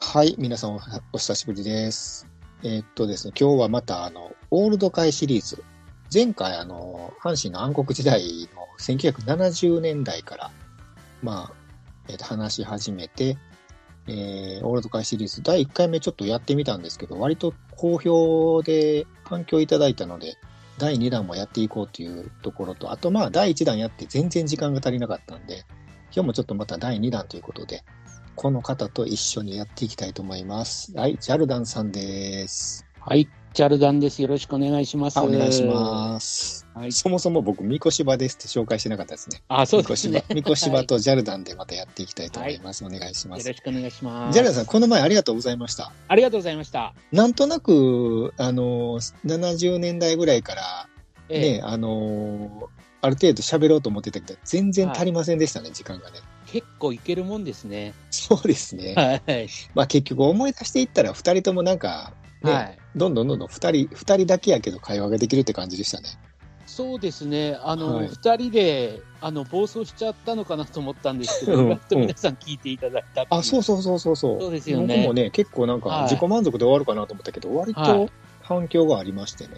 はい、皆さんおお久しぶりです。えーっとですね、今日はまたあの、オールド会シリーズ。前回あの、阪神の暗黒時代の1970年代から、まあ、えーっと話し始めて、えーオールド会シリーズ第1回目ちょっとやってみたんですけど、割と好評で反響いただいたので、第2弾もやっていこうというところと、あとまあ、第1弾やって全然時間が足りなかったんで、今日もちょっとまた第2弾ということで、この方と一緒にやっていきたいと思います。はい、ジャルダンさんです。はい、ジャルダンです。よろしくお願いします。お願いします。す。はい、そもそも僕、ミコシバですって紹介してなかったですね。あ、そうですね。ミコシバミコシバとジャルダンでまたやっていきたいと思います。お願いしまよろす。しくお願いします。ジャルダンさん、この前ありがとうございました。ありがとうございました。なんとなく、あの、70年代ぐらいから、ええね、あの、ある程度喋ろうと思ってたけど、全然足りませんでしたね、時間がね。結構いけるもんですね。そうですね。はい。まあ結局思い出していったら、二人ともなんか、ね、はい。どんどんどんどん二人、二人だけやけど会話ができるって感じでしたね。そうですね。あの、はい二人で、あの、暴走しちゃったのかなと思ったんですけうんど、やっと皆さん聞いていただいたってい。あ、そうそうそうそうそう。そうですよね僕もね、結構なんかはい自己満足で終わるかなと思ったけど、割はと反響がありましてね、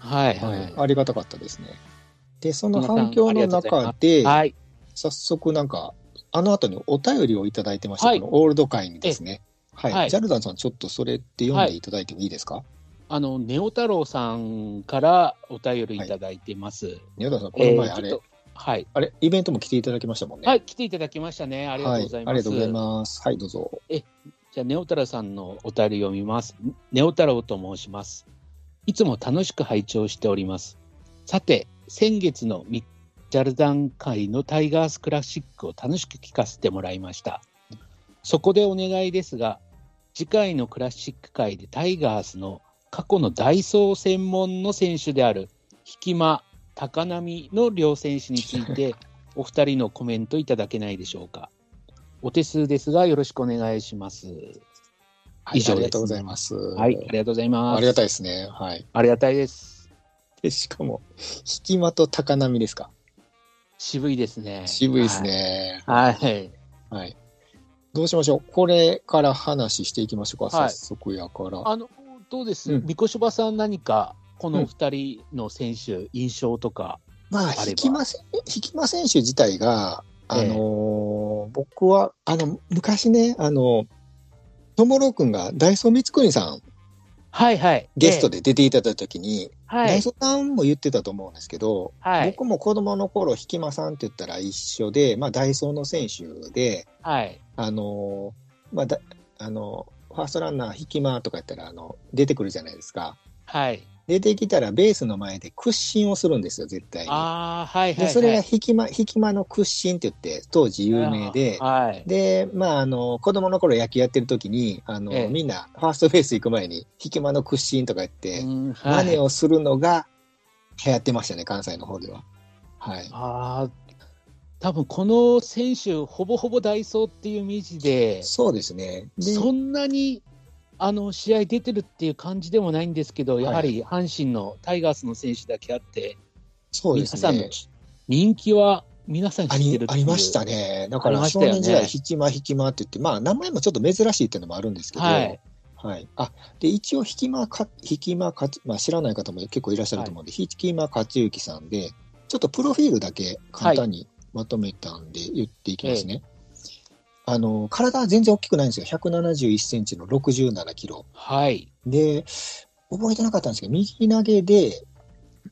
はい。ははいい。ありがたかったですね。で、その皆さん反響の中で、はい。早速なんか、あの後にお便りをいただいてました、はいこのオールド会にですね。はい、はいジャルダンさん、ちょっとそれって読んでいただいてもいいですか、あの、ネオ太郎さんからお便りいただいてます。宮田さん、この前えーあれ、ちょっとはい。あれ、イベントも来ていただきましたもんね。はい、来ていただきましたね。ありがとうございはいあます。りがとうございます。はい、どうぞ。じゃあ、ネオ太郎さんのお便り読みます。ネオ太郎と申します。いつも楽しく拝聴しております。さて、先月のミッチャルダン会のタイガースクラシックを楽しく聞かせてもらいました。そこでお願いですが、次回のクラシック会でタイガースの過去のダイソー専門の選手である、引間、高波の両選手につ いて、お二人のコメントいただけないでしょうか。お手数ですが、よろしくお願いします。はい以上ですありがとうございます。はい、ありがとうございます。ありがたいですね。はい。ありがたいです。で、しかも、引き間と高波ですか。渋いですね。渋いですね。はい。はい。はい。どうしましょう。これから話していきましょうか。はい早速やから。あの、どうです、うんみこしばさん何か、このお二人の選手、印象とか。まあ、あれば引きません、引きま選手自体が、あのええー僕は、あの、昔ね、あの、ともろくんがダイソー光圀さんはいはい。ゲストで。で出ていただいた時に、はダイい。ソーさんも言ってたと思うんですけど、はい。僕も子供の頃、ひきまさんって言ったら一緒で、まあ、ダイソーの選手で、はい。あのーまあ、だあのーファーストランナー、ひきまとか言ったら、あの、出てくるじゃないですか。はい。出てきたら、ベースの前で屈伸をするんですよ、絶対に。ああ、はいはい、で、はい。それがひきま、ひきまの屈伸って言って、当時有名で、はい。で、まあ、あの、子供の頃野球やってる時に、あの、ええみんな、ファーストベース行く前に、ひきまの屈伸とか言って、うんは真い似をするのが流行ってましたね、関西の方では。はい。ああ、多分この選手、ほぼほぼダイソーっていうイメージで、そうですね。でそんなにあの試合出てるっていう感じでもないんですけど、いやはり阪神のタイガースの選手だけあって、そうで皆すさんのね。人気は皆さん知あってりるっていうありましたね。だかありらまし少たよね年時代、ひきまひきまって言って、まあ名前もちょっと珍しいっていうのもあるんですけど、ははいい。あ、で、一応ひきまか、ひきまかつ、まあ知らない方も結構いらっしゃると思うんで、ひきまかつゆきさんで、ちょっとプロフィールだけ簡単にまとめたんで言っていきますね。あの、体は全然大きくないんですよ。171センチの67キロ。はい、で、覚えてなかったんですけど、右投げで、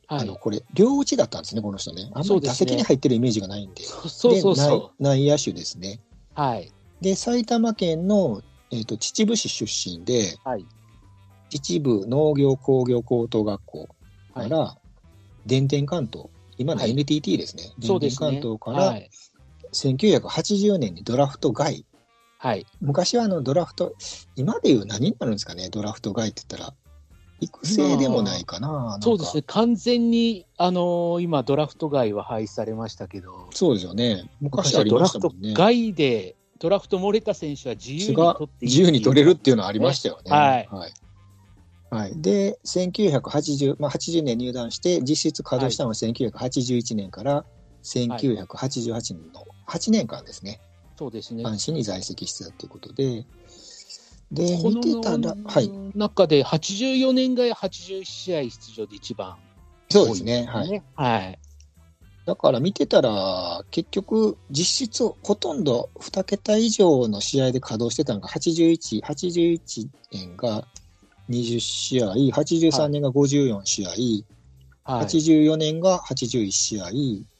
はあいの、、これ、両打ちだったんですね、この人ね。あんまそうりですね打席に入ってるイメージがないんで。そそうそうそで内内野手ですね。う、はい、で、埼玉県の、えー、と秩父市出身で、はい、秩父農業工業高等学校から、電電関東、今のはい NTT ですね。そ電うで電す関ね、東かはら、い、 1980年にドラフト外。はい、昔はあのドラフト、今でいう何になるんですかね、ドラフト外って言ったら。育成でもないかな。なんかそうですね、完全に、あのー今、ドラフト外は廃止されましたけど、そうですよね。昔昔あはりドまラしたフもトんね。外で、ドラフト漏れた選手は自由に取っていい自由に取れるっていうのはありましたよね。はいはいはいで、1980、まあ、80年入団して、実質稼働したのは1981年から1988年の8年間ですね、そうですね、阪神に在籍してたということで、で、見てたら、はい。中で84年が81試合出場で一番そうですね。はい。ね。はい。だから見てたら、結局、実質ほとんど2桁以上の試合で稼働してたのが81、81年が20試合、83年が54試合、はい。 84年が81試合、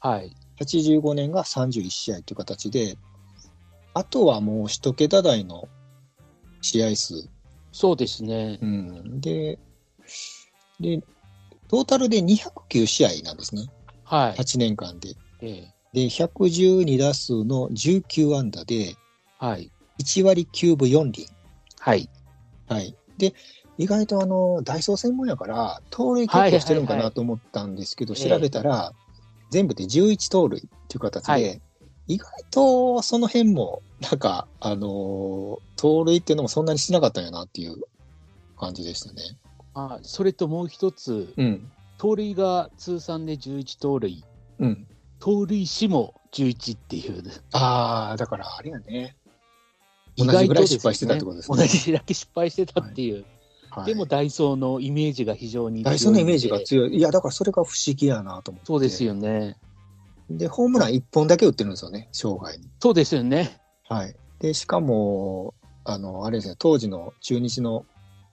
はい。 85年が31試合という形で、あとはもう1桁台の試合数。そうですね。うん、で、で、トータルで209試合なんですね。はい。 8年間で。ええで、112打数の19安打で、はい。 1割9分4厘。はい。はい。で、意外とあの、ダイソー専門やから、盗塁結構してるんかはいはいなはいと思ったんですけど、ええ調べたら、全部で11盗塁っていう形で、はい意外とその辺も、なんか、あのー盗塁っていうのもそんなにしなかったんやなっていう感じでしたね。あそれともう一つ、うん。盗塁が通算で11盗塁、うん。盗塁死も11っていう、ああ、だからあれやね。意同じ外とぐでらいすね失敗してたってことですね。同じだけ失敗してたっていう、はいでもダイソーのイメージが非常に強ダいイソーのイメージが強い。いや、だからそれが不思議やなと思って。そうですよね。で、ホームラン1本だけ打ってるんですよね、生涯に。そうですよね。はい。で、しかも、あの、あれですね、当時の中日の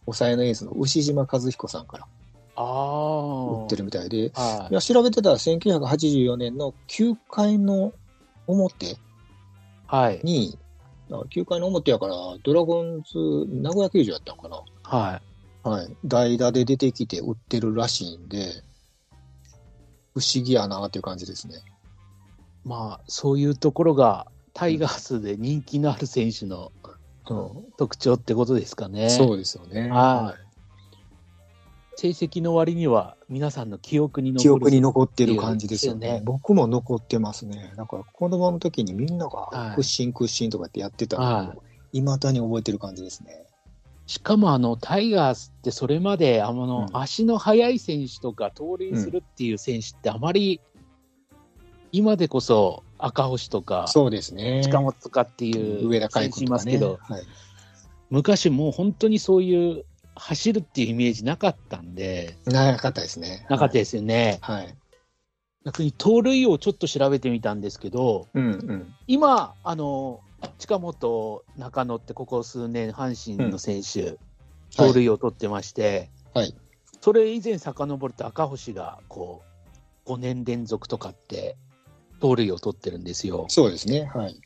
抑えのエースの牛島和彦さんからああ。打ってるみたいで、はいや、調べてたら1984年の9回の表い。はい。に、あ9回の表やから、ドラゴンズ、名古屋球場やったのかな。ははい、代打で出てきて売ってるらしいんで、不思議やなっていう感じですね。い。まあ、そういうところが、タイガースで人気のある選手のうん特徴ってことですかね。そうですよね。は成績の割には、皆さんの記憶に残る。記憶に残ってる感じですよね。ですよね僕も残ってますね。だから子供の時にみんながい屈伸屈伸とかってやってたのはを、未だに覚えてる感じですね。しかも、あの、タイガースってそれまで、あの、うん足の速い選手とか、盗塁するっていう選手ってあまり、今でこそ赤星とか、そうですね。近本とかっていう上田海選手君いとまかすね。けど、はい、昔もう本当にそういう走るっていうイメージなかったんで、なかったですね。なかったですよね。はい。逆に盗塁をちょっと調べてみたんですけど、うんうん。今、あの近本、中野ってここ数年、阪神の選手、盗塁を取ってまして、はいそれ以前遡ると赤星がこう5年連続とかって、盗塁を取ってるんですよ。そうですね。はい。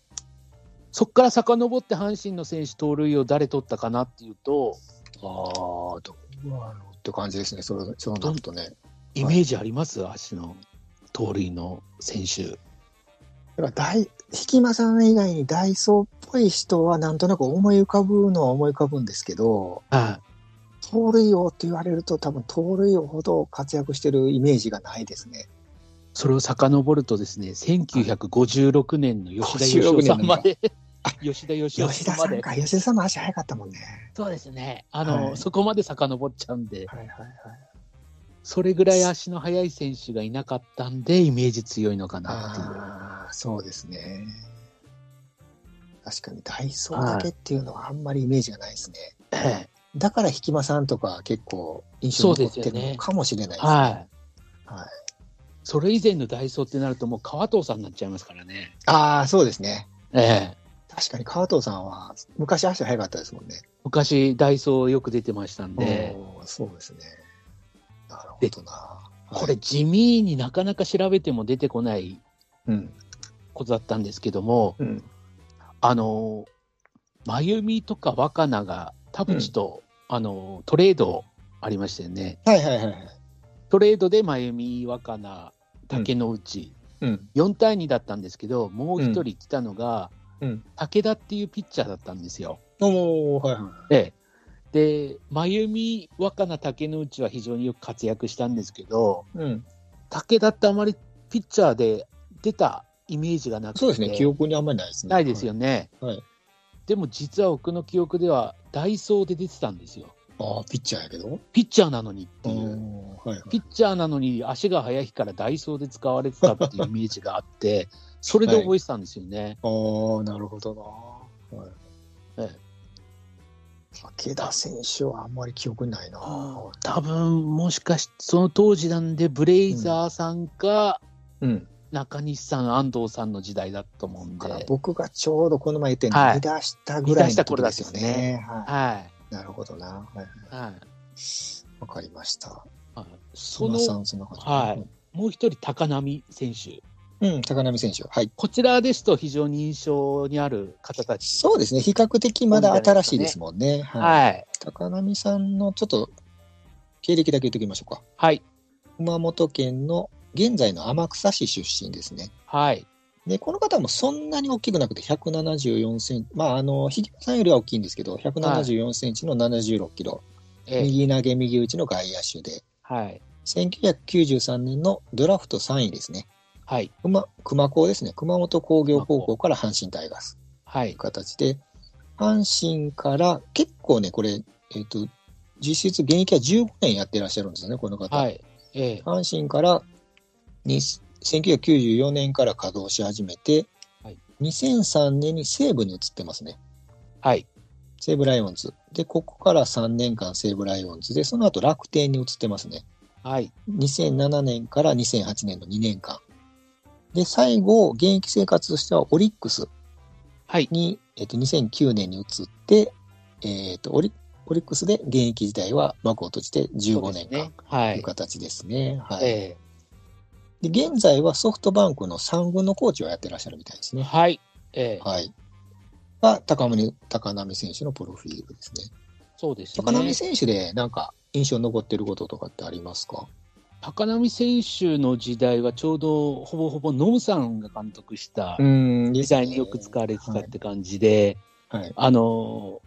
そこから遡って阪神の選手、盗塁を誰取ったかなっていうと、ああ、どうなのって感じですね。それそうなるとね。イメージあります、足の盗塁の選手。だから大、引間さん以外にダイソーっぽい人はなんとなく思い浮かぶのは思い浮かぶんですけど、はい盗塁王って言われると多分盗塁王ほど活躍してるイメージがないですね。それを遡るとですね、1956年の吉田義雄さんまで、 吉田義雄吉田さんさまんで、か、吉田さんの足早かったもんね。そうですね、あの、はいそこまで遡っちゃうんで、はいはいはい。それぐらい足の速い選手がいなかったんで、イメージ強いのかなっていう。ああ、そうですね。確かにダイソーだけっていうのはあんまりイメージがないですね。ええだから引間さんとか結構印象に残ってるのかもしれないですね。はい。はいそれ以前のダイソーってなると、もう川藤さんになっちゃいますからね。ああ、そうですね。ええ確かに川藤さんは昔足早かったですもんね。昔、ダイソーよく出てましたんで、おーそうですね。なるほどな。はいこれ、、地味になかなか調べても出てこないうん。ことだったんですけども、うん。あの、真由美とか若菜が田淵と、あのトレードありましたよね。はいはいはいはい。トレードで真由美、若菜、竹之内、うん。 4対2だったんですけど、もう一人来たのが、うん。武田っていうピッチャーだったんですよ。おー、はいはい。ええ、で、真由美、若菜、竹之内は非常によく活躍したんですけど、うん。武田ってあまりピッチャーで出たイメージがなくて、そうですね。記憶にあんまりないですね。ないですよね。はいはいでも実は僕の記憶では、ダイソーで出てたんですよ。はい。ああ、ピッチャーやけど。ピッチャーなのにっておいう。ー、はいはい。ピッチャーなのに足が速いからダイソーで使われてたっていうイメージがあって、それで覚えてたんですよね。ああ、なるほどな。はいええ武田選手はあんまり記憶にないな。多分もしかしてその当時なんでブレイザーさんかうん。中西さん安藤さんの時代だと思うんだからで、僕がちょうどこの前言ってはい逃出したぐらいの時ですよ見出した頃ですね。は。はいなるほどな。はいいはいわかりました。はい、そそののさん、その方。はいもう一人高波選手うん、高波選手。はい。こちらですと非常に印象にある方たちそうですね。比較的まだ新しいですもんね。はい。はい高波さんのちょっと経歴だけ言っておきましょうか。はい熊本県の現在の天草市出身ですね。はいで、この方もそんなに大きくなくて、174センチ、まあ、あの、ひげさんよりは大きいんですけど、174センチの76キロ、えー右投げ右打ちの外野手で、はい1993年のドラフト3位ですね。はい熊、熊高ですね。熊本工業高校から阪神タイガースはいという形で、阪神から結構ね、これ、えっ、と、実質現役は15年やってらっしゃるんですよね、この方。はいえー阪神からに1994年から稼働し始めて、はい2003年に西武に移ってますね。はい西武ライオンズ。で、ここから3年間西武ライオンズで、その後楽天に移ってますね。はい2007年から2008年の2年間。で、最後、現役生活としてはオリックスはいに、えっと、2009年に移って、えっとオリ、オリックスで現役時代は幕を閉じて15年間はといいう形ですね。はいえで現在はソフトバンクの3軍のコーチをやってらっしゃるみたいですーね。はいえーはい。が高森高波選手のプロフィールですね。そうですね高波選手でなんか印象に残ってることとかってありますか高波選手の時代はちょうどほぼほぼノムさんが監督したん、時代によく使われてたはっいて感じで、はい。あの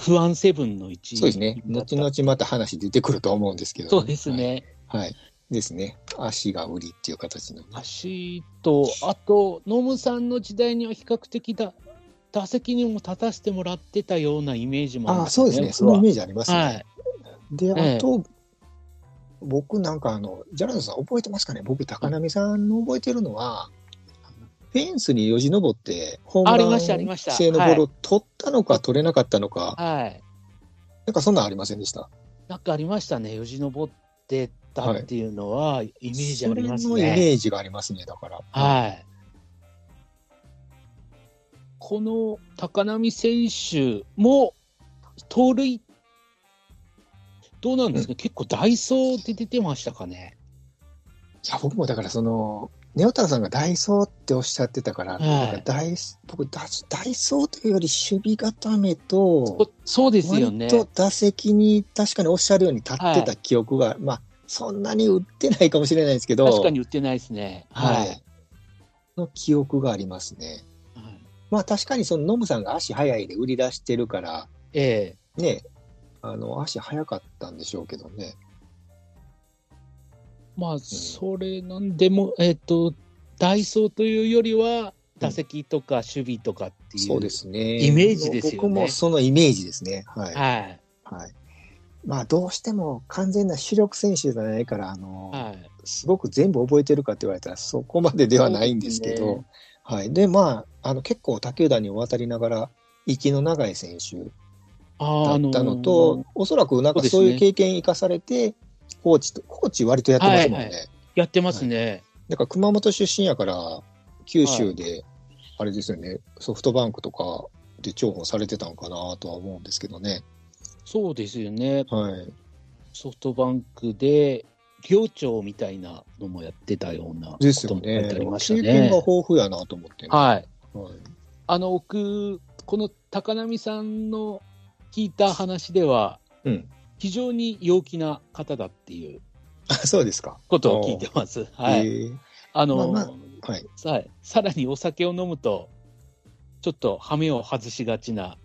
F17 の一位そうですね。だった後々また話出てくると思うんですけど、そうです。ね、はい。はいですね。足が売りっていう形のね。足と、あと、ノムさんの時代には比較的だ打席にも立たせてもらってたようなイメージもああ、そうですね。そのイメージありますね。はい、で、ええあと、僕なんかあの、ジャラドさん覚えてますかね僕、高波さんの覚えてるのは、フェンスによじ登って、ホームあラりましたありまンした性のボールを取ったのか取れなかったのか、はい、なんかそんなんありませんでした。なんかありましたね、よじ登ってたっていうのは、イメージありますそれのイメね。ージがありますね、だから。はい、この高波選手も、盗塁、どうなんですか、結構、ダイソーで出てましたかね。いや、僕もだからその、ネオタロさんがダイソーっておっしゃってたから、はいなんかダイス僕ダ、ダイソーというより守備固めそと、そうですよね。割と打席に確かにおっしゃるように立ってた記憶が、まあ、そんなに売ってないかもしれないですけど、確かに売ってないですね。はい、はい。の記憶がありますね。まあ確かにそのノムさんが足速いで売り出してるから、ええね、あの足速かったんでしょうけどね。まあ、それなんでも、えっ、と、ダイソーというよりは、打席とか守備とかっていう。そうで。すね。イメージですよね僕もそのイメージですね。はい。はい。はい。まあどうしても完全な主力選手じゃないから、あの、はい。すごく全部覚えてるかって言われたらそこまでではないんですけそうですどね、はい。で、まあ、あの結構他球団に渡りながら、息の長い選手あだーっあのーたのと、おそらくなんかそうですねそういう経験生かされて、コーチと、コーチ割とやってますもんね。はいはやってますね。だから熊本出身やから、九州で、あれですよね、ソフトバンクとかで重宝されてたんかなとは思うんですけどね。そうですよね。はい。ソフトバンクで、行長みたいなのもやってたようなですことよね。も書いてありました経験ねが。豊富やなと思ってね、はい。はいあの、僕、この高波さんの聞いた話では、うん。非常に陽気な方だっていうあ、そうですか。ことを聞いてます。はい。えーあの、まあまはい。ささらにお酒を飲むと、ちょっと羽目を外しが ちな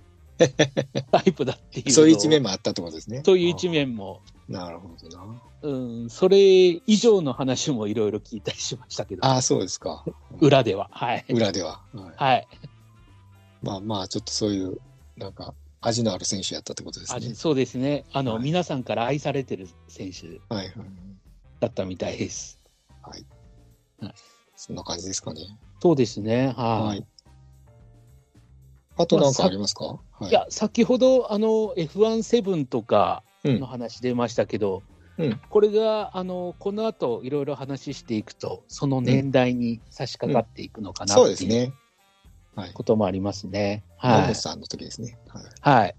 タイプだっていうのを。そういう一面もあったってことですね。そういう一面も、あー。なるほどな。うん、それ以上の話もいろいろ聞いたりしましたけど、ああ、そうですか。裏では。はい。 裏では。はいはい。まあまあ、ちょっとそういう、なんか、味のある選手やったってことですあね。そうですね。あの、はい皆さんから愛されてる選手はいはい。だったみたいです。そんな感じですかね。そうですね。はい。はい。あとなんかありますか、はいや、先ほど、あの、F17 とかうんの話出ましたけど、うんこれが、あの、この後、いろいろ話していくと、その年代に差し掛かっていくのかな、そうでっすていうね。はい。こともありますね。ナはいム。さんの時ですね。はい。はい。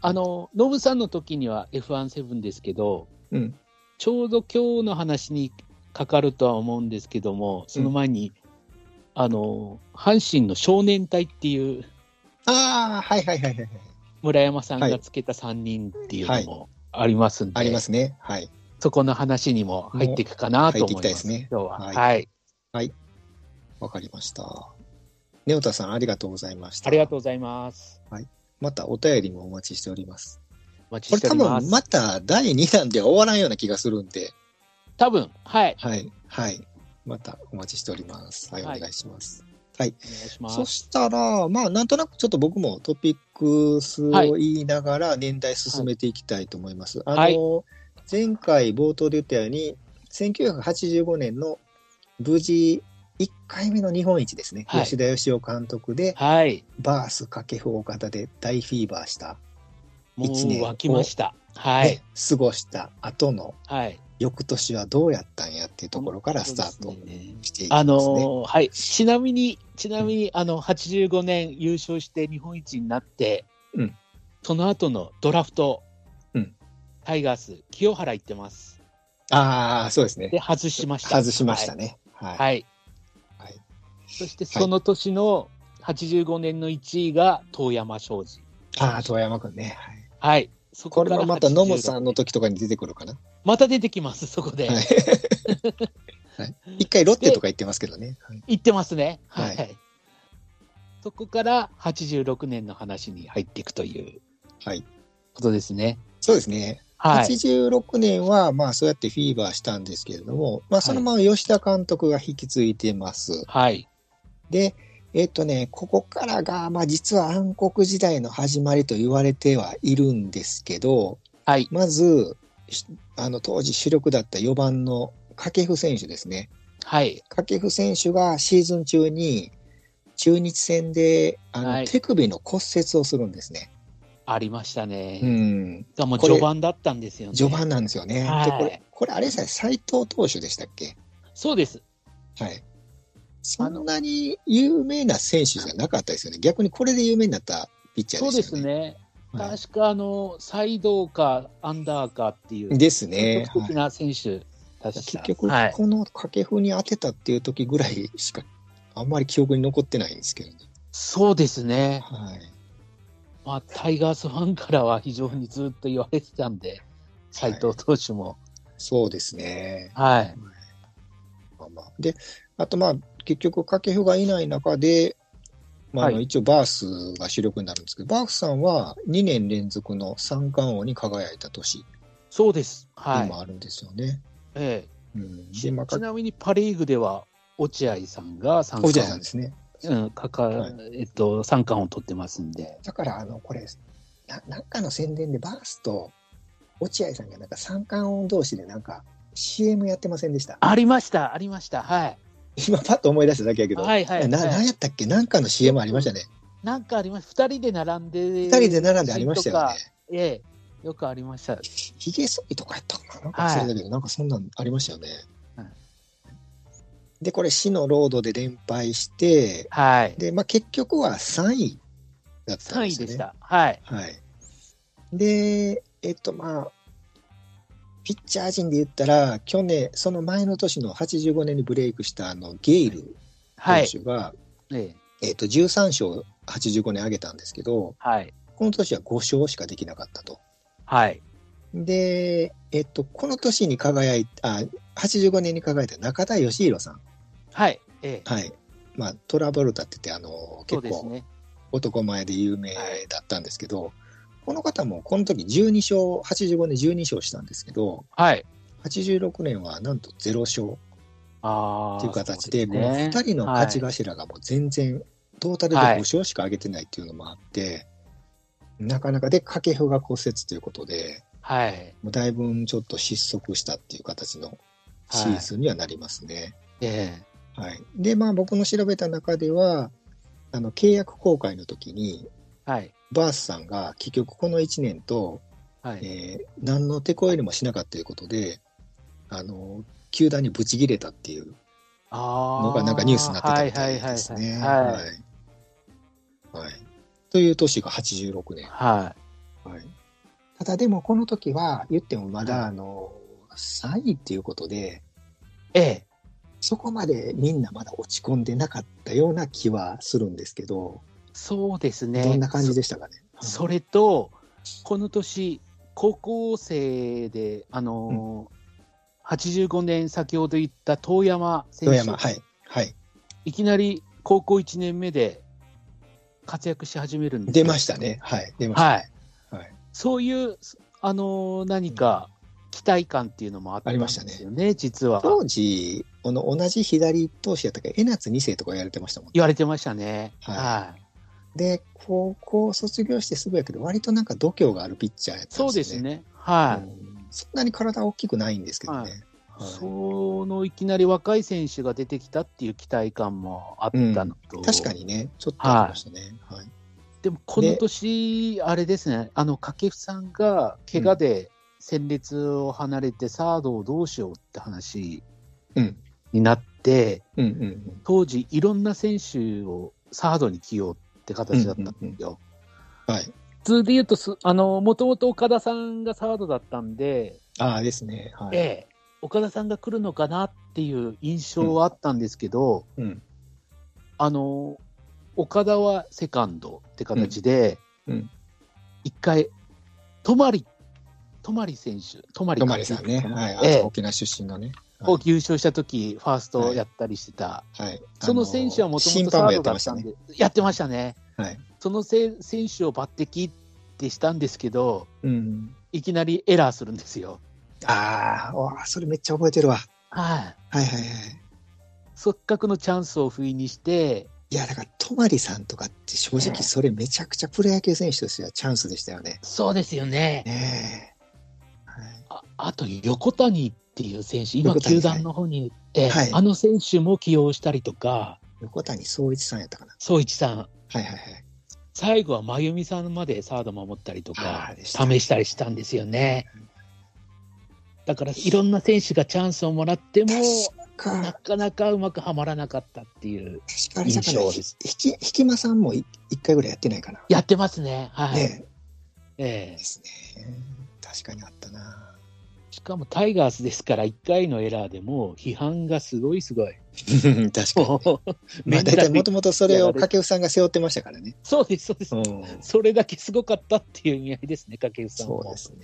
あの、ノブさんの時には F17 ですけど、うんちょうど今日の話にかかるとは思うんですけども、その前に、あの、阪神の少年隊っていうああ、はいはいはいはい。村山さんがつけた3人っていうのもありますんで、ありますね。はい。そこの話にも入っていくかなと思い入っていきます。たいですね今日は。は、はいいわかりました。ネオタさん、ありがとうございました。ありがとうございます。またお便りもお待ちしております。お待こちしれてお多ります。分また第2弾では終わらんような気がするんで、多分、はい。はい。はい。またお待ちしております。はい、おはい願いします。お願いしまそす。したら、まあ、なんとなくちょっと僕もトピックスを言いながら年代進めていきたいと思います。はいあの、前回冒頭で言ったように、1985年の無事1回目の日本一ですね。はい吉田義雄監督で、はい。バース掛布大方で大フィーバーした、もう一年を沸きました。はいね。過ごした後のはい。翌年はどうやったんやっていうところからスタートそうですねしていきますね。あのーはい、ちなみに、ちなみに、あの85年優勝して日本一になって、うんその後のドラフト、うんタイガース、清原行ってます。ああ、そうですねで、。外しました。外しましたね。はい。はい。はいはいそして、その年の85年の1位が遠山庄司。ああ、遠山くんね。はいはい、そここれからはまたノムさん86の時とかに出てくるかな。また出てきます、そこ で。はい一回ロッテとか言ってますけどね。はい行ってますね。は。はいいそこから86年の話に入っていくというはい。ことですね。そうですね。はい。 86年は、まあそうやってフィーバーしたんですけれども、まあそのまま吉田監督が引き継いでます。はい。で、えっとね、ここからが、まあ実は暗黒時代の始まりと言われてはいるんですけど、はい。まず、しあの当時主力だった4番の掛布選手ですね。はい。掛布選手がシーズン中に中日戦であの、はい手首の骨折をするんですね。ありましたうね。ん、がもうこれ序盤だったんですよね。序盤なんですよね。はいでこれこれあれですね、斎藤投手でしたっけ？そうです。はい。そんなに有名な選手じゃなかったですよね。逆にこれで有名になったピッチャーそうでですよすね。ね。はい確か、あの、サイドか、アンダーかっていう、ですね。積極的な選手はいでし結た局、はい。この掛布に当てたっていう時ぐらいしかあんまり記憶に残ってないんですけどね。そうですね。はい。まあ、タイガースファンからは非常にずっと言われてたんで、斎藤投手も。そうですね。はい。まあまあ、で、あとまあ、結局、掛布がいない中で、まあ、あのはい一応、バースが主力になるんですけど、バースさんは2年連続の三冠王に輝いた年そうです。はでい。もあるんですよね。ええうん、で、まあ、ちかなみにパ・リーグでは落合さんが三落合さん冠で,、すね。うんかかはいえっと、三冠を取ってますんで、だから、あの、これ、ななんかの宣伝で、バースと落合さんがなんか三冠王同士でなんか CM やってませんでした。 ありました、ありました、はい、今、パッと思い出しただけやけど、はい、はい、な、はなんいやったっけなんかの CM ありましたね。なんかありました、二人で並んで、二人で並んでありましたよね。ええ、よくありました、ひげ剃りとかやったかななんかはい忘れたけど、なんかそんなんありましたよね。うんで、これ、死のロードで連敗して、はい、で、まあ、結局は3位だったんで三位すよね。でした、はい、はい。で、えっと、まあ、ピッチャー陣で言ったら、去年、その前の年の85年にブレイクしたあのゲイルはい、選手が、ええ、えっと、13勝85年上げたんですけど、はい、この年は5勝しかできなかったと。はい、で、えっと、この年に輝いた、あ85年に輝いた中田義弘さん。はい、ええ、はい。まあ、トラボルタって言って、あの、そう結です構ね、男前で有名だったんですけど、この方もこの時12勝、85年12勝したんですけど、はい、 86年はなんと0勝ああ、っていう形で、そこのすね2人の勝ち頭がもう全然、トータルで5勝しか上げてないっていうのもあって、なかなかで、掛布が骨折ということで、はい、もうだいぶんちょっと失速したっていう形のシーズンにはなりますね。ええ、はいで、まあ僕の調べた中では、あの契約更改の時に、はい。バースさんが結局この1年と、はい。えー何の手こ入れもしなかったということで、あの、球団にブチ切れたっていうあのがなんかニュースになってたみたいですね。はいはいはいはい。はいはい。はいという年が86年。ははい、ただでもこの時は言ってもまだあの3位っていうことでい。ええ。そこまでみんなまだ落ち込んでなかったような気はするんですけど、そうですね。どんな感じでしたかね。そそれと、この年、高校生で、あのー85年先ほど言った遠山選遠手、山はいはいいきなり高校1年目で活躍し始めるんです出ましたねはい出ました。はい。はいそういう、あのー何か期待感っていうのもあったあんりでましたねすよね、実は。当時この同じ左投手やったっけ江夏二世とか言われてましたもんね。言われてましたね。はいはいで高校卒業してすぐやけど割となんか度胸があるピッチャーやったんそうでですすよね。ね。はい。うんそんなに体大きくないんですけどね。はいそのいきなり若い選手が出てきたっていう期待感もあったのと、確かにねちょっとありましたね。はいでもこの年、あれですね、あの掛布さんが怪我で戦列を離れて、サードをどうしようって話うんになって、うんうんうん当時、いろんな選手をサードに起用って形だったんですよ。うんうんはい。普通で言うとす、あのもともと岡田さんがサードだったんで、ああですね。はい。ええ、岡田さんが来るのかなっていう印象はあったんですけど、うん。あの岡田はセカンドって形で、うんうん一回、泊まり、泊まり選手、泊まり泊さんね。はい。あええ沖縄出身のね。はいを優勝した時ファーストをやったりしてた、はい。その選手はもと審もと判サもやーっドてだまっしたたんね。で、やってましたね。はい。そのせ選手を抜擢ってしたんですけど、うん。いきなりエラーするんですよ。ああ、わあそれめっちゃ覚えてるわ。はい、はいはいはい。せっかくのチャンスを不意にして、いや、だから、泊さんとかって正直それめちゃくちゃプロ野球選手としてはチャンスでしたよね。そうですよね。ねえ。はいああと横谷っていう選手、横今、谷球団の方に行って、はいあの選手も起用したりとか、横谷総一さんやったかな。宗一さん、はいはいはい。最後は真由美さんまでサード守ったりとあかー、でした試したりしたんですよね。だからいろんな選手がチャンスをもらっても、確か、なかなかうまくはまらなかったっていう、確かあれだから、印象ひですき、ひきまさんもい一回ぐらいやってないかな。やってますね、はいねええ。えですね。確かにあったな。しかもタイガースですから、1回のエラーでもう批判がすごいすごい、うん確かに。もうまメあ、大ンタ体ルもともとそれを掛布さんが背負ってましたからね。 そうです、そうです、そそれだけすごかったっていう意味合いですね、掛布さんも。うですね。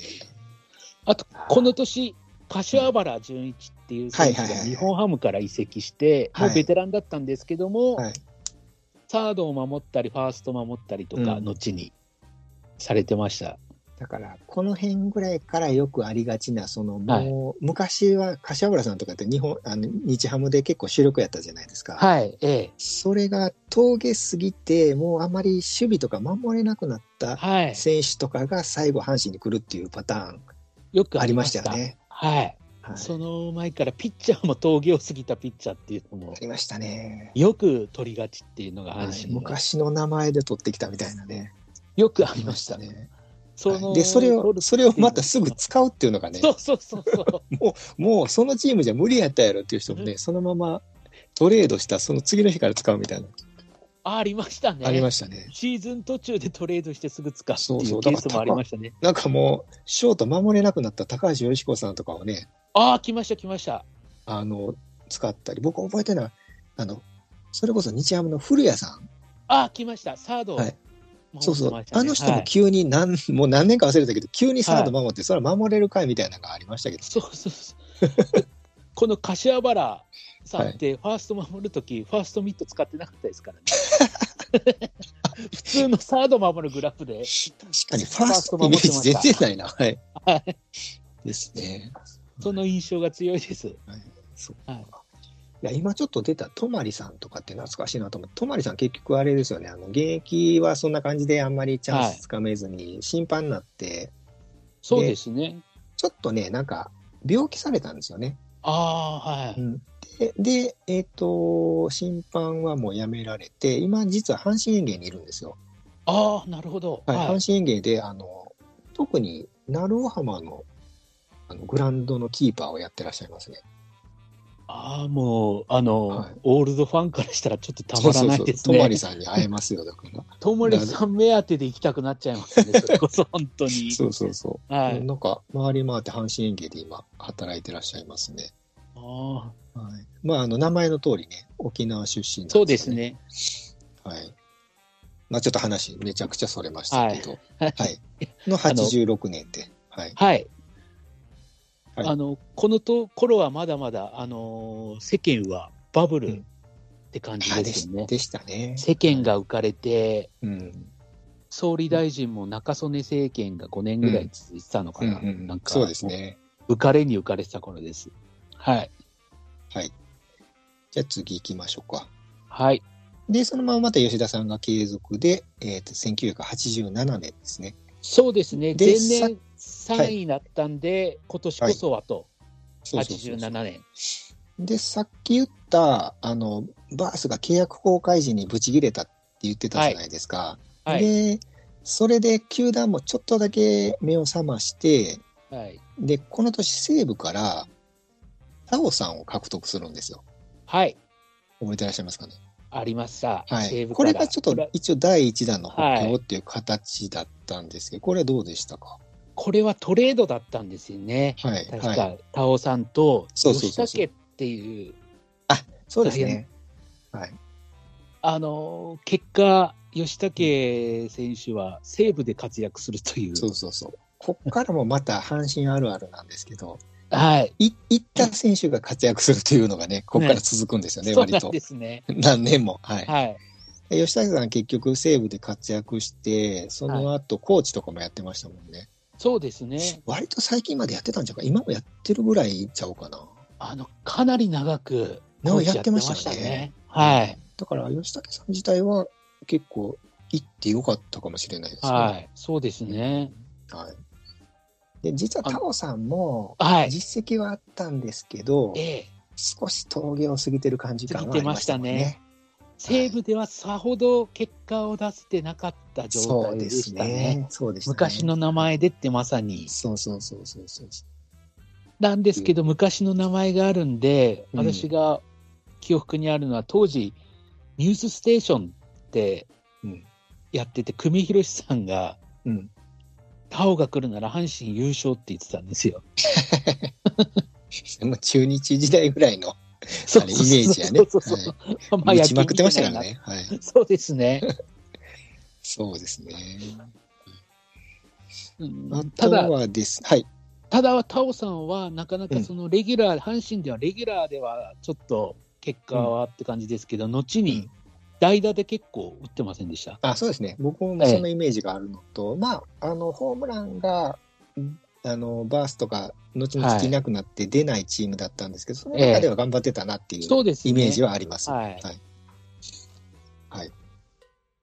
あと、この年、柏原純一っていう選手はいはいはがい日本ハムから移籍して、はいもうベテランだったんですけども、はいサードを守ったり、ファーストを守ったりとか、うん後にされてました。だから、この辺ぐらいからよくありがちな、その、もう、昔は柏原さんとかって日本、あの、日ハムで結構主力やったじゃないですか。はい、ええ。それが峠過ぎて、もうあまり守備とか守れなくなったはい、選手とかが最後、阪神に来るっていうパターンよくあありりままししたたよね。はい、はいその前からピッチャーも峠を過ぎたピッチャーっていうのもあ、りましたね。よく取りがちっていうのが阪神の、昔の名前で取ってきたみたいなね。よくありましたね。ね。そので、それ取を、るそれをまたすぐ使うっていうのがね。 そうそうそうそう。もうそのチームじゃ無理やったやろっていう人もね、そのままトレードしたその次の日から使うみたいな、あありましたね。ありましたね。シーズン途中でトレードしてすぐ使うってそういそううケースもありましたね。なんかもう、ショート守れなくなった高橋よしこさんとかをね、ああ、来ました、来ました。あの、使ったり、僕覚えてるのは、あの、それこそ日ハムの古谷さん、ああ、来ました。サードをは守いってそうそう、ましたねあの人はもい急に何、もう何年か忘れたけど、急にサーはドい守って、それは守れるかいみたいなのがありましたけど、そうそう そう。この柏原さんって、ファースト守るとき、ファーストミット使ってなかったですからね。 普通のサード守るグラフで、確かにファーストのイメージ全然ないな、はい。ですね。その印象が強いです。いや今ちょっと出た泊さんとかって懐かしいなと思って泊さん結局あれですよねあの現役はそんな感じであんまりチャンスつかめずに審判になって、そうですね。ちょっとねなんか病気されたんですよね。ああ、はい。で、でえっ、と、審判はもうやめられて、今実は阪神園芸にいるんですよ。ああ、なるほど。はい、は阪い。神園芸で、あの、特に、鳴尾浜の、あの、グラウンドのキーパーをやってらっしゃいますね。ああ、もう、あの、はいオールドファンからしたらちょっとたまらないですそうそうそうとまりね。さんに会えますよ、だ から。ともりさん目当てで行きたくなっちゃいますね。それこそ本当に。 そうそうそう。はい。なんか、回り回って阪神園芸で今、働いてらっしゃいますね。ああ、はい。まあ、あの、名前の通りね、沖縄出身なんそうです。ね。はい。まあ、ちょっと話、めちゃくちゃそれましたけど、ははいい。の86年で、はい。はい。はいあのこのと頃はまだまだ、あの世間はバブルうんって感じあでですよね。でしたね。世間が浮かれて、うん。総理大臣も中曽根政権が5年ぐらい続いてたのかうんな、うんなんかそうですね。浮かれに浮かれてた頃です。はい、はい。じゃあ次行きましょうか。はい、で、そのまままた吉田さんが継続で、えっ、と、1987年ですね。そうですね、で前さ年3位になったんで、今年こそはと、そうそうそうそう87年。で、さっき言った、あの、バースが契約更改時にブチ切れたって言ってたじゃないですか。はい、で、それで球団もちょっとだけ目を覚まして、はい、で、この年西武から、タオさんを獲得するんですよ。はい、覚えてらっしゃいますかね。ありました、は西い。武こかられがちょっとこれ一応第一弾の補はい強っていう形だったんですけど、これはどうでしたかこれはトレードだったんですよね、はい。確はい。か、田尾さんとそうそう吉そうそう田家っていう、そうですね。はい。あの結果、吉田家選手は西部で活躍するという、そうそうそう。こっからもまた阪神あるあるなんですけど、はい、い行った選手が活躍するというのがね、ここから続くんですよね、そう割なんと。ですね。何年も。はい。はい、で吉田さん結局西武で活躍して、その後、コーチとかもやってましたもんね。そうですね。割と最近までやってたんじゃうか今もやってるぐらいちゃうかな。あのかなり長くなおやってましたよね。はい、。だから、吉武さん自体は結構行ってよかったかもしれないですね。はい、そうですね。はいで、実はあのタオさんもはい、実績はあったんですけど、ええ、少し峠を過ぎてる感じ感はありましたもん過ぎてまね。西部ではさほど結果を出せてなかった状そう態でですしたね。ね。そうでしたね。昔の名前でってまさに。そうそうそうそうそう。なんですけど、昔の名前があるんで、うん私が記憶にあるのは、当時、ニュースステーションってうん。やってて、久米宏さんが、うん。タオが来るなら阪神優勝って言ってたんですよ。もう中日時代ぐらいのそあれイメージやね。そうそうそう。はい、打ちまくってましたか野球ら見ないね。はい。な。そうですね。そうですね。うんあたとだ、はです。はい。ただ、タオさんは、なかなうかんそのレギュラー、阪神ではレギュラーではちょっと結果はって感じですけど、後うにん代打で結構打ってませんでした。あ、そうですね。僕もそのイメージがあるのと、まあ、あの、ホームランが、うんあの、バースとか、後々いなくなって出ないチームだったんですけど、その中では頑張ってたなっていうそうですねイメージはあります。はい。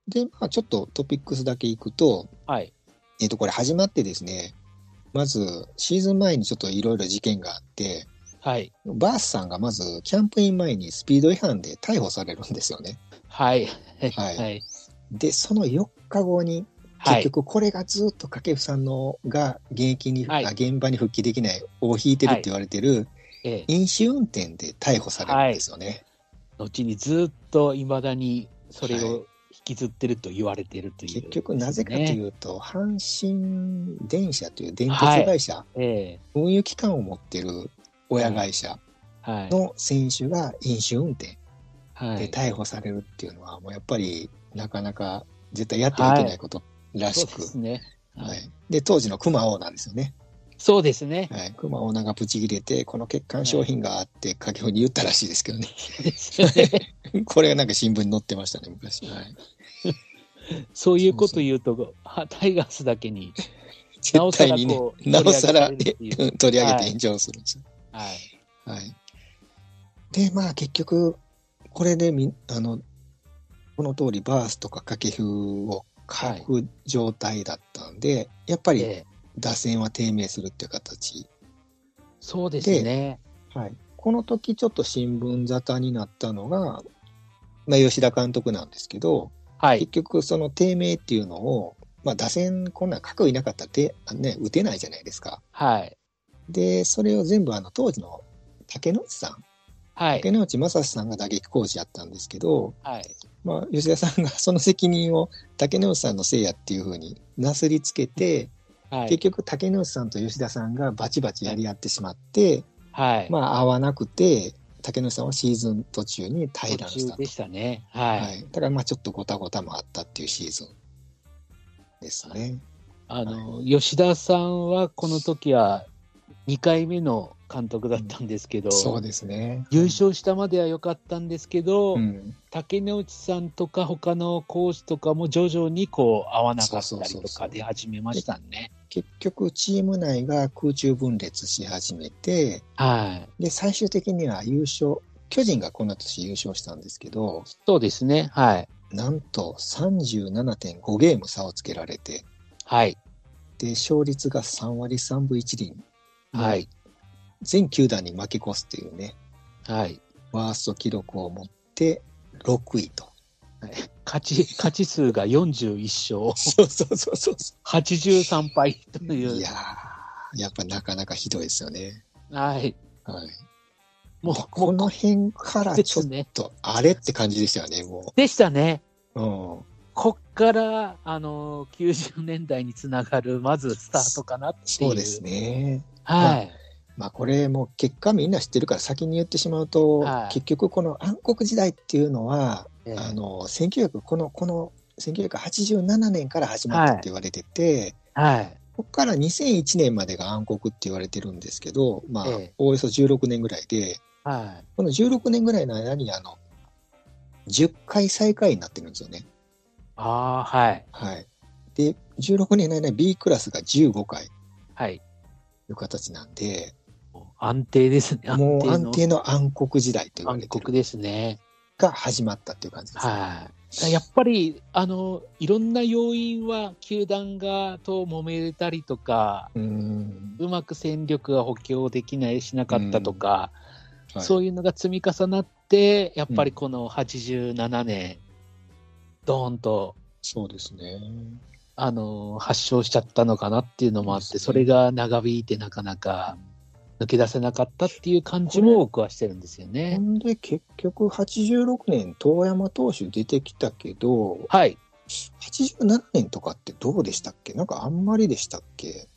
で、まあ、ちょっとトピックスだけいくと、はい。えっ、と、これ始まってですね、まず、シーズン前にちょっといろいろ事件があって、はい。バースさんがまず、キャンプイン前にスピード違反で逮捕されるんですよね。はい。はいはい。で、その4日後に、は結い。局これがずっと掛布さんのが現役に、はいあ現場に復帰できないを引いてるって言われてるええ飲酒運転で逮捕されるんですよね。後にずっといまだにそれはいを引きずってると言われてるという、結局なぜかとう。いうと、阪神電車という電鉄会社、ええ運輸機関を持ってる親会社はい。の選手が飲酒運転はでい。逮捕されるっていうのはもうやっぱりなかなか絶対やってはいけないことらそしうでく、すね。は。はいい、で当時の熊王なんですよね。そうで すね。はい、熊オーナーがブチ切れて、この欠陥商品があって、掛布に言ったらしいですけどね。 ですよねこれがなんか新聞に載ってましたね、昔。はい、そういうこと言うと、 はタイガースだけに、 なお絶対さらにねこ、うなおさら取り上げられるっていうえ取り上げて炎上するんですよ。はい。はい。で、まあ結局、これでみ、あの、この通りバースとか掛布を書く状態だったんで、やっぱえりえ打線は低迷するっていう形。そうですね。はい。この時ちょっと新聞沙汰になったのが、まあ、吉田監督なんですけど、はい結。局その低迷っていうのを、まあ、打線こんなん角いなかったら手、あのね、打てないじゃないですか。はい。で、それを全部あの当時の竹之内さん、はい。竹之内正史さんが打撃コーチやったんですけど、はい。まあ、吉田さんがその責任を竹之内さんのせいやっていうふうになすりつけて、は結い。局竹之内さんと吉田さんがバチバチやり合ってしまって、はい。まあ合わなくて竹之内さんはシーズン途中に退団し途た中でしたね。はい。はい、だからまあちょっとごたごたもあったっていうシーズンですね。あの、吉田さんはこの時は2回目の監督だったんですけど、そうですね。優勝したまでは良かったんですけど、うん、竹之内さんとか他の講師とかも徐々にこう合わなかったそうりそうとそうそかう出始めましたね。結局チーム内が空中分裂し始めてはい。で最終的には優勝巨人がこの年優勝したんですけどそうですね。はい。なんと37.5ゲーム差をつけられてはい。で勝率が3割3分1厘はい。全球団に負け越すっていうねはい。ワースト記録を持って6位と。勝ち、勝ち数が41 勝、そうそうそうそうそ83敗とう。いう。いやーやっぱなかなかひどいですよね。はい。はい、もう、この辺からでちょすっね。とあれって感じでしたよね、もでしたね。う。うん、こっから、あの90年代につながる、まずスタートかなっていそう。うです。ね。はい。まあこれもう結果みんな知ってるから先に言ってしまうと、はい結局この暗黒時代っていうのは、ええあの1900このこの1987年から始まったって言われてて、はい。ここから2001年までが暗黒って言われてるんですけど、まあええおおよそ16年ぐらいで、はい。この16年ぐらいの間にあの10回最下位になってるんですよね。ああ、はい。はい、で16年の間に B クラスが15回とはい。いう形なんで安定ですね。もうの安定の暗黒時代と言われ暗てる黒ですね。が始まったっていう感じですね。はい。やっぱり、あの、いろんな要因は、球団がと揉めれたりとか、うーんうまく戦力が補強できない、しなかったとか、はいそういうのが積み重なって、やっぱりこの87年、ドーンとそうですね。あの発症しちゃったのかなっていうのもあっそうて、ですねそれが長引いてなかなか抜け出せなかったっていう感じも僕はしてるんですよほね。んで結局86年遠山投手出てきたけどはい。 87年とかってどうでしたっけなんかあんまりでしたっけ